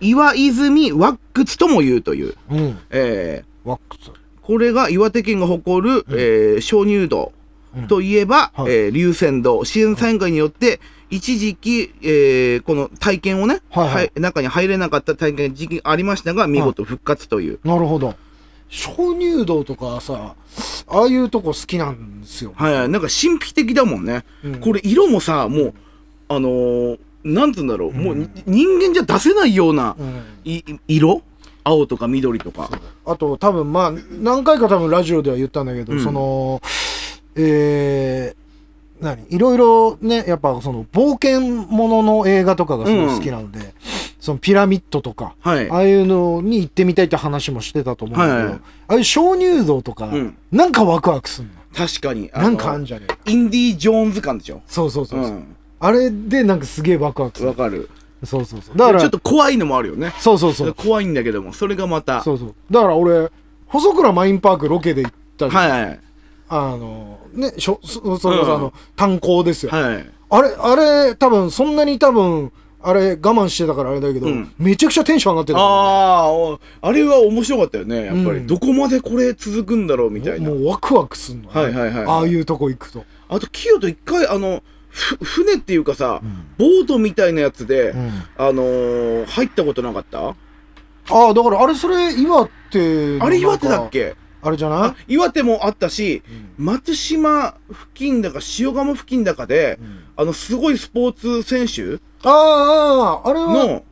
[SPEAKER 2] 岩泉ワックツとも言うという、
[SPEAKER 1] うん。
[SPEAKER 2] え
[SPEAKER 1] ワックス。
[SPEAKER 2] ーこれが岩手県が誇る、えー鍾乳洞といえば、
[SPEAKER 1] うんはい
[SPEAKER 2] えー龍泉洞自然災害によって一時期、えーこの体験をね、
[SPEAKER 1] はいはい
[SPEAKER 2] 中に入れなかった体験時期ありましたが見事復活という、
[SPEAKER 1] なるほど。鍾乳洞とかさ、ああいうとこ好きなんですよ。
[SPEAKER 2] はいはい、なんか神秘的だもんね。
[SPEAKER 1] うん
[SPEAKER 2] これ色もさ、もう、あのー、なんつうんだろう、もうに人間じゃ出せないような、
[SPEAKER 1] うん。
[SPEAKER 2] いい色青とか緑とか。
[SPEAKER 1] あと、多分まあ、何回か多分ラジオでは言ったんだけど、
[SPEAKER 2] うん
[SPEAKER 1] その、えー、何いろいろね、やっぱその冒険ものの映画とかがすごい好きなので、そのピラミッドとか、
[SPEAKER 2] はい
[SPEAKER 1] ああいうのに行ってみたいって話もしてたと思うんだけど、
[SPEAKER 2] はいはいはい
[SPEAKER 1] ああいう鍾乳洞とか、
[SPEAKER 2] うん
[SPEAKER 1] なんかワクワクすんの。
[SPEAKER 2] 確かに。
[SPEAKER 1] なんかあん
[SPEAKER 2] じ
[SPEAKER 1] じゃねえか
[SPEAKER 2] ゃインディ・ジョーンズ感でしょ。
[SPEAKER 1] そうそうそう
[SPEAKER 2] う
[SPEAKER 1] そう、
[SPEAKER 2] ん。
[SPEAKER 1] あれでなんかすげえワクワクす
[SPEAKER 2] わ
[SPEAKER 1] る。
[SPEAKER 2] かる。
[SPEAKER 1] そうそうそう。だから、
[SPEAKER 2] ちょっと怖いのもあるよね。
[SPEAKER 1] そうそうそう。
[SPEAKER 2] 怖いんだけども、それがまた。
[SPEAKER 1] そうそう。だから俺、細倉マインパークロケで行ったじゃん
[SPEAKER 2] はいはい
[SPEAKER 1] あの、ね、しょ、そ、それこ
[SPEAKER 2] うん
[SPEAKER 1] そあの、炭鉱ですよ。
[SPEAKER 2] はい。はい。
[SPEAKER 1] あれ、あれ、多分、そんなに多分、あれ、我慢してたからあれだけど、
[SPEAKER 2] うん
[SPEAKER 1] めちゃくちゃテンション上がってたも
[SPEAKER 2] ああ、おあれは面白かったよね。やっぱ
[SPEAKER 1] うん
[SPEAKER 2] り。どこまでこれ続くんだろうみたい
[SPEAKER 1] ん。
[SPEAKER 2] な
[SPEAKER 1] も。うワクワクすんの、
[SPEAKER 2] はいはいはい
[SPEAKER 1] ああいうとこ行くと。
[SPEAKER 2] あと、キヨと一回、あの、ふ船っていうかさ、ボートみたいなやつで、
[SPEAKER 1] ん
[SPEAKER 2] あのー入ったことなかった
[SPEAKER 1] ああ、だから、あれ、それ、岩手の
[SPEAKER 2] あれ岩手だっ
[SPEAKER 1] なんか
[SPEAKER 2] け
[SPEAKER 1] あれじゃ
[SPEAKER 2] あ
[SPEAKER 1] な
[SPEAKER 2] 岩手もあったし、
[SPEAKER 1] い
[SPEAKER 2] 松島付近だか塩釜付近だかで、
[SPEAKER 1] うん
[SPEAKER 2] あの、すごいスポーツ選手
[SPEAKER 1] ああ、ああ、あれは、
[SPEAKER 2] の、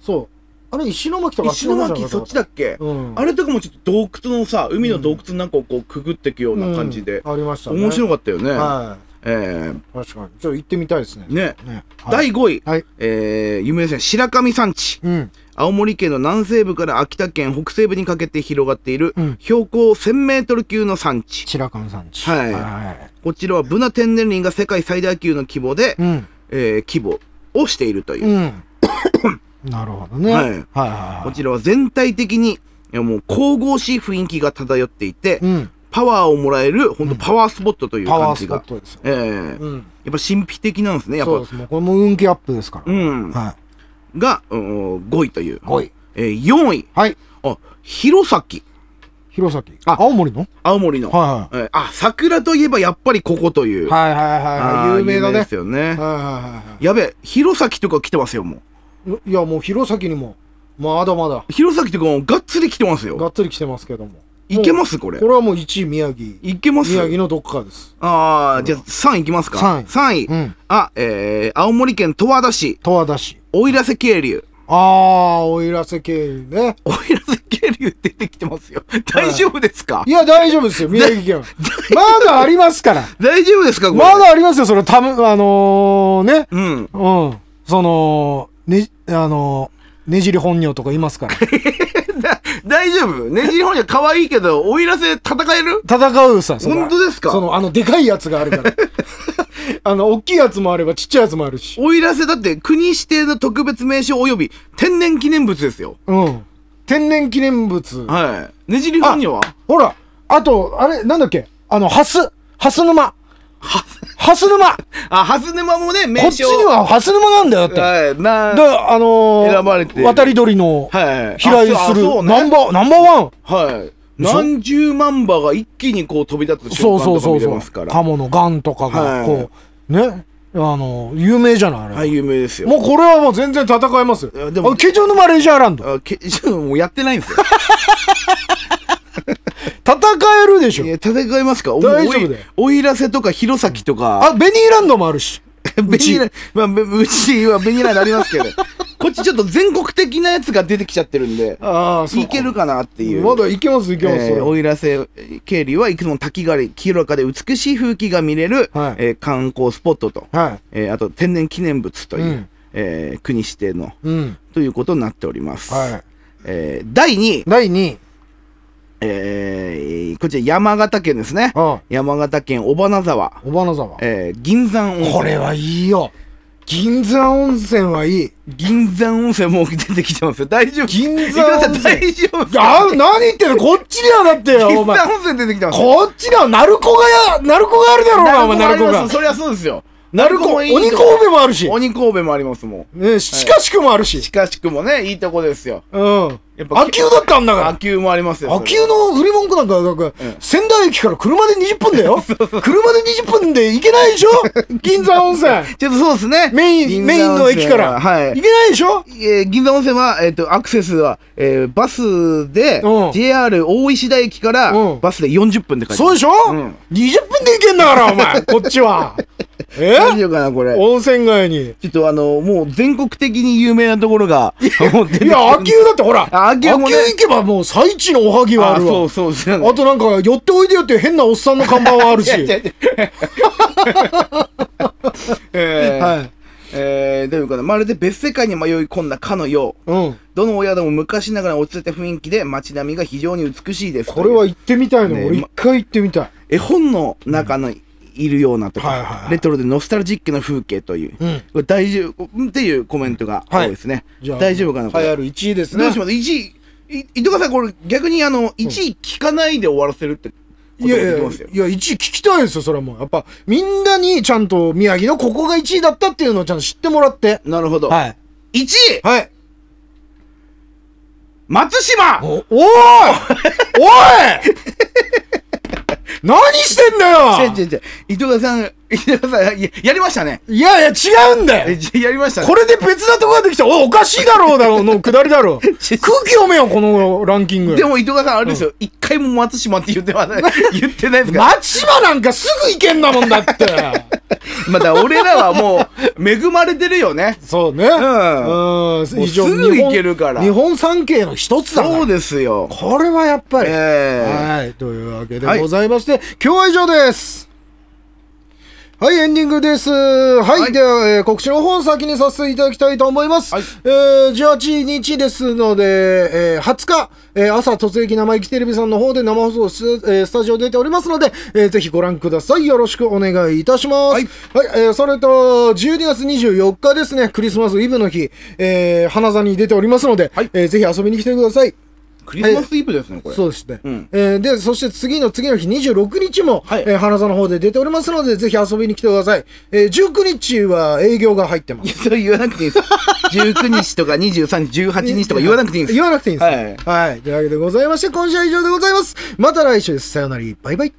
[SPEAKER 1] そう。あれ、石巻とか
[SPEAKER 2] 石巻、そっちだっけ、
[SPEAKER 1] うん。
[SPEAKER 2] あれとかもちょっと洞窟のさ、海の洞窟なんかをこうくぐっていくような感じで、
[SPEAKER 1] うんありましたね。
[SPEAKER 2] 面白かったよね。
[SPEAKER 1] は
[SPEAKER 2] え
[SPEAKER 1] い。確かに。ちょっと行ってみたいですね。
[SPEAKER 2] ー、ね。
[SPEAKER 1] ね。はい
[SPEAKER 2] 第5位、
[SPEAKER 1] はい
[SPEAKER 2] えー、有名ですね、白神山地。
[SPEAKER 1] うん。
[SPEAKER 2] 青森県の南西部から秋田県北西部にかけて広がっている
[SPEAKER 1] うん
[SPEAKER 2] 標高1000メートル級の山地。
[SPEAKER 1] 白神山地。
[SPEAKER 2] はい
[SPEAKER 1] はい。
[SPEAKER 2] こちらはブナ天然林が世界最大級の規模で、
[SPEAKER 1] うん。
[SPEAKER 2] えー規模をしているという。 (coughs)
[SPEAKER 1] うん。なるほどね。
[SPEAKER 2] はい
[SPEAKER 1] はいはい。
[SPEAKER 2] こちらは全体的に、いやもう神々しい雰囲気が漂っていて、
[SPEAKER 1] うん。
[SPEAKER 2] パワーをもらえる、本当パワースポットという
[SPEAKER 1] パワ
[SPEAKER 2] 感
[SPEAKER 1] ース
[SPEAKER 2] じ
[SPEAKER 1] ポ
[SPEAKER 2] が。
[SPEAKER 1] ットですよ。
[SPEAKER 2] えー
[SPEAKER 1] うん。
[SPEAKER 2] やっぱ神秘的なんですね、やっ
[SPEAKER 1] そうで
[SPEAKER 2] ぱ。
[SPEAKER 1] す。もうこれも運気アップですか
[SPEAKER 2] う
[SPEAKER 1] ら。
[SPEAKER 2] ん。
[SPEAKER 1] は
[SPEAKER 2] が、うん5位という。
[SPEAKER 1] い。5位。
[SPEAKER 2] えー4位。
[SPEAKER 1] はい。
[SPEAKER 2] あ、弘前。
[SPEAKER 1] 弘前。あ、青森の
[SPEAKER 2] 青森の。
[SPEAKER 1] は
[SPEAKER 2] えーあ、桜といえばやっぱりこことい。
[SPEAKER 1] いうはい。はいはいはい
[SPEAKER 2] あ
[SPEAKER 1] は
[SPEAKER 2] ー
[SPEAKER 1] い。有名だね。は
[SPEAKER 2] で
[SPEAKER 1] い
[SPEAKER 2] すよね。
[SPEAKER 1] は
[SPEAKER 2] やべえ、弘前とか来てますよ、もう。
[SPEAKER 1] いはい。いや、もう弘前にも、まだまだ、
[SPEAKER 2] 弘前とかもうがっつり来てます
[SPEAKER 1] が
[SPEAKER 2] よ。
[SPEAKER 1] っつり来てますけども。
[SPEAKER 2] いけますすこれ
[SPEAKER 1] こ。れはもう1位宮城。
[SPEAKER 2] いけます
[SPEAKER 1] 宮城のどっかです。
[SPEAKER 2] ああ、じゃあ3位いきますか。
[SPEAKER 1] 三位
[SPEAKER 2] 三位。
[SPEAKER 1] うん
[SPEAKER 2] あ、えー、青森県十和田市、
[SPEAKER 1] 十和田市。
[SPEAKER 2] 奥入瀬渓流。
[SPEAKER 1] ああ、奥入瀬渓ね。
[SPEAKER 2] 奥入瀬渓流出てきてますよ。大丈夫ですか、
[SPEAKER 1] いや、大丈夫ですよ、宮
[SPEAKER 2] (laughs)
[SPEAKER 1] 城県。まだありますから。
[SPEAKER 2] 大丈夫ですかこれ。
[SPEAKER 1] まだありますよ、それ、たぶん、あのー、ね。
[SPEAKER 2] うん。 (laughs)
[SPEAKER 1] うん。その、ね、あのー、ねじり本尿とかいま
[SPEAKER 2] (laughs)
[SPEAKER 1] すから。
[SPEAKER 2] だ大丈夫ねじり本には可愛いけど、奥入瀬戦える
[SPEAKER 1] 戦うさ、その
[SPEAKER 2] 本当ですか
[SPEAKER 1] その、あの、でかいやつがあ
[SPEAKER 2] (laughs)
[SPEAKER 1] るから。あの、大きいやつもあれば、ちっちゃいやつもあるし。
[SPEAKER 2] 奥入瀬だって国指定の特別名称及び天然記念物ですよ。
[SPEAKER 1] うん。天然記念物。
[SPEAKER 2] はい。ねじり本には
[SPEAKER 1] ほら、あと、あれ、なんだっけあの、ハス。ハス沼。ハス
[SPEAKER 2] (laughs)
[SPEAKER 1] 沼。こ
[SPEAKER 2] あ、ハス沼もね、名
[SPEAKER 1] っち
[SPEAKER 2] 称。
[SPEAKER 1] にはハス沼なんだよ、だって。
[SPEAKER 2] はい、な
[SPEAKER 1] だからあのー
[SPEAKER 2] 選ばれてる
[SPEAKER 1] 渡り鳥の
[SPEAKER 2] はい。
[SPEAKER 1] 飛来する
[SPEAKER 2] あそう
[SPEAKER 1] ナン
[SPEAKER 2] ね。
[SPEAKER 1] バー、ナンバーワン。
[SPEAKER 2] はい。
[SPEAKER 1] でしょ
[SPEAKER 2] 何十万羽が一気にこう飛び立つ
[SPEAKER 1] そ
[SPEAKER 2] 瞬
[SPEAKER 1] う
[SPEAKER 2] 間
[SPEAKER 1] そう
[SPEAKER 2] とか
[SPEAKER 1] そう
[SPEAKER 2] 見れ
[SPEAKER 1] そ
[SPEAKER 2] ますか
[SPEAKER 1] う。
[SPEAKER 2] ら。
[SPEAKER 1] カモのガンとか
[SPEAKER 2] は
[SPEAKER 1] が、
[SPEAKER 2] い
[SPEAKER 1] こう、ね。あの、有名じゃないあれ。
[SPEAKER 2] はい、有名ですよ。
[SPEAKER 1] もうこれはもう全然戦えます
[SPEAKER 2] いや
[SPEAKER 1] よ。
[SPEAKER 2] でも
[SPEAKER 1] あケジョ沼レジャーランド。
[SPEAKER 2] あけ (laughs) もうやってないん
[SPEAKER 1] (laughs)
[SPEAKER 2] ですよ。
[SPEAKER 1] 戦えるでしょ
[SPEAKER 2] い。や戦いますか
[SPEAKER 1] 大丈夫だよ
[SPEAKER 2] おいおいらせとか弘前とか。
[SPEAKER 1] あ、ベニーランドもあるし。
[SPEAKER 2] (laughs) ベニ
[SPEAKER 1] ち
[SPEAKER 2] ラ、まあ、べうちはベニラになりますけど。 (laughs) こっちちょっと全国的なやつが出てきちゃってるんで、
[SPEAKER 1] ああ、そう。
[SPEAKER 2] いけるかなっていう。
[SPEAKER 1] まだいけます、いけます。
[SPEAKER 2] え
[SPEAKER 1] それ
[SPEAKER 2] ー、おいらせ渓流はいくつも滝があり、清らかで美しい風景が見れる、
[SPEAKER 1] はい
[SPEAKER 2] えー観光スポットと、
[SPEAKER 1] はい。
[SPEAKER 2] えーあと天然記念物という、
[SPEAKER 1] うん
[SPEAKER 2] えー国指定の
[SPEAKER 1] うん。
[SPEAKER 2] ということになっております。
[SPEAKER 1] は
[SPEAKER 2] えー第2位
[SPEAKER 1] い。、第2位。
[SPEAKER 2] えーこちら山形県ですね。
[SPEAKER 1] あ
[SPEAKER 2] 山形県尾花沢、
[SPEAKER 1] あ、小花沢。
[SPEAKER 2] えー銀山温泉。
[SPEAKER 1] これはいいよ。銀山温泉はいい。
[SPEAKER 2] 銀山温泉もう出てきてますよ。大丈夫
[SPEAKER 1] 銀山温
[SPEAKER 2] 伊藤
[SPEAKER 1] 泉
[SPEAKER 2] さん大丈夫ですか
[SPEAKER 1] あ、何言ってんのこっちにはだってよ、お
[SPEAKER 2] 銀
[SPEAKER 1] 前。
[SPEAKER 2] 山温泉出てきてますよ。
[SPEAKER 1] こっちだ、鳴子がや、鳴子があるだろうが、お前、鳴
[SPEAKER 2] 鳴子
[SPEAKER 1] 子
[SPEAKER 2] もあり
[SPEAKER 1] が
[SPEAKER 2] ます。そりゃそうですよ。
[SPEAKER 1] 鳴子、
[SPEAKER 2] もいい
[SPEAKER 1] 鬼
[SPEAKER 2] と
[SPEAKER 1] 神
[SPEAKER 2] こ
[SPEAKER 1] 戸もあるし、
[SPEAKER 2] 鬼神戸もありますもん。
[SPEAKER 1] ね、しかしくもあるし、
[SPEAKER 2] 近しくもね、いいとこですよ。
[SPEAKER 1] うん。
[SPEAKER 2] やっぱ
[SPEAKER 1] 秋生だってあんだ
[SPEAKER 2] 秋
[SPEAKER 1] か
[SPEAKER 2] 球もあります
[SPEAKER 1] ら。
[SPEAKER 2] よ。
[SPEAKER 1] 秋生の売り文句なんか、なんか、仙台駅から車で20分
[SPEAKER 2] (laughs)
[SPEAKER 1] だよ。車で20分で行けないでしょ銀山温泉。
[SPEAKER 2] ちょっとそうですね。
[SPEAKER 1] メイン、
[SPEAKER 2] 銀
[SPEAKER 1] メイ
[SPEAKER 2] 座
[SPEAKER 1] ン
[SPEAKER 2] 温
[SPEAKER 1] の
[SPEAKER 2] 泉
[SPEAKER 1] 駅から。
[SPEAKER 2] はい。
[SPEAKER 1] 行けないでしょ
[SPEAKER 2] えー銀座温泉は、えっ、と、アクセスは、えーバスで
[SPEAKER 1] う、ん
[SPEAKER 2] JR 大石田駅から
[SPEAKER 1] うん、
[SPEAKER 2] バスで40分で帰って
[SPEAKER 1] そうでしょ、
[SPEAKER 2] うん
[SPEAKER 1] ?20 分で行けんだから、
[SPEAKER 2] (laughs)
[SPEAKER 1] お前、こっちは。え
[SPEAKER 2] 大丈夫かな、これ。
[SPEAKER 1] 温泉
[SPEAKER 2] (laughs)
[SPEAKER 1] 街に。
[SPEAKER 2] ちょっとあの、もう全国的に有名なところが、もう出てきて
[SPEAKER 1] いや、秋生だってほら、
[SPEAKER 2] あ秋
[SPEAKER 1] 秋
[SPEAKER 2] 生
[SPEAKER 1] 生
[SPEAKER 2] もね
[SPEAKER 1] 行けばもう最地のおはぎはあ
[SPEAKER 2] あ、
[SPEAKER 1] るわ。
[SPEAKER 2] そうそうそう。
[SPEAKER 1] あとなんか、寄っておいでよっていう変なおっさ
[SPEAKER 2] (laughs)
[SPEAKER 1] んの看板はあるし。 (laughs)
[SPEAKER 2] いやいやいやえー
[SPEAKER 1] はい。
[SPEAKER 2] えー、というかね、まるで別世界に迷い込んだかのよう。
[SPEAKER 1] うん。
[SPEAKER 2] どのお宿も昔ながら落ち着いた雰囲気で街並みが非常に美しいです。
[SPEAKER 1] これは
[SPEAKER 2] という
[SPEAKER 1] 行ってみたいの。
[SPEAKER 2] ね
[SPEAKER 1] 俺一回行ってみたい。
[SPEAKER 2] 絵本の中のいるようなと
[SPEAKER 1] はいはいは
[SPEAKER 2] か、
[SPEAKER 1] い
[SPEAKER 2] レトロでノスタルジックな風景という、
[SPEAKER 1] うん
[SPEAKER 2] これ大丈夫うんっていうコメントが多いですね。
[SPEAKER 1] じゃあ
[SPEAKER 2] 大丈夫かなこ
[SPEAKER 1] 栄え
[SPEAKER 2] れ
[SPEAKER 1] ある1位ですね。
[SPEAKER 2] どうします ?1 位、い糸川さんこれ逆にあの、1位聞かないで終わらせるってこと
[SPEAKER 1] い
[SPEAKER 2] も
[SPEAKER 1] や
[SPEAKER 2] で
[SPEAKER 1] いや、い
[SPEAKER 2] き
[SPEAKER 1] や、
[SPEAKER 2] ますよ。
[SPEAKER 1] 1位聞きたいですよ、それはもう。やっぱ、みんなにちゃんと宮城のここが1位だったっていうのをちゃんと知ってもらって。
[SPEAKER 2] なるほど。
[SPEAKER 1] はい。
[SPEAKER 2] 1位
[SPEAKER 1] はい。
[SPEAKER 2] 松島
[SPEAKER 1] お、おい (laughs) おい何してんだ
[SPEAKER 2] 違う違
[SPEAKER 1] よ
[SPEAKER 2] う違う。糸川さん、糸川さん、ややりましたね。
[SPEAKER 1] いやいや、違うんだ
[SPEAKER 2] え
[SPEAKER 1] よ
[SPEAKER 2] じやりましたね。
[SPEAKER 1] これで別なとこができたおいおかしいだろうだろうの下りだ
[SPEAKER 2] (laughs)
[SPEAKER 1] ろう空気読めよ、このランキング。
[SPEAKER 2] でも、伊藤さん、あれですよ。一、回も松島って言ってはない。言ってないですから。
[SPEAKER 1] 松島なんかすぐ行けんだもんだって。
[SPEAKER 2] まだ俺らはもう、恵まれてるよね。
[SPEAKER 1] そうね。
[SPEAKER 2] ん
[SPEAKER 1] うん。以
[SPEAKER 2] もうすぐ行けるから
[SPEAKER 1] 日本日本三景の一つだから
[SPEAKER 2] そうですよ。
[SPEAKER 1] これはやっぱり。
[SPEAKER 2] え
[SPEAKER 1] はい。というわけでございまして、今日は以上です。はい、エンディングです。はい。
[SPEAKER 2] はい
[SPEAKER 1] では、えー告知の方を先にさせていただきたいと思います。
[SPEAKER 2] はい
[SPEAKER 1] えー18日ですので、えー20日、えー朝、突撃生意気テレビさんの方で生放送し、えースタジオ出ておりますので、えーぜひご覧ください。よろしくお願いいたします。は
[SPEAKER 2] はいい、
[SPEAKER 1] えーそれと、12月24日ですね、クリスマスイブの日、えー花座に出ておりますので、
[SPEAKER 2] はい
[SPEAKER 1] えーぜひ遊びに来てください。
[SPEAKER 2] クリスマスイブですね、これ。
[SPEAKER 1] そうですね。
[SPEAKER 2] うん
[SPEAKER 1] えーで、そして次の次の日26日も、
[SPEAKER 2] はい
[SPEAKER 1] えー花座の方で出ておりますので、ぜひ遊びに来てください。えー19日は営業が入ってま
[SPEAKER 2] い
[SPEAKER 1] す。
[SPEAKER 2] やそれ (laughs) 言わなくていい
[SPEAKER 1] (laughs)
[SPEAKER 2] です。19日とか23日、18日とか言わなくていいんです。
[SPEAKER 1] 言わなくていいんです。はい。というわけでございまして、今週は以上でございます。また来週です。さよなら。バイバイ。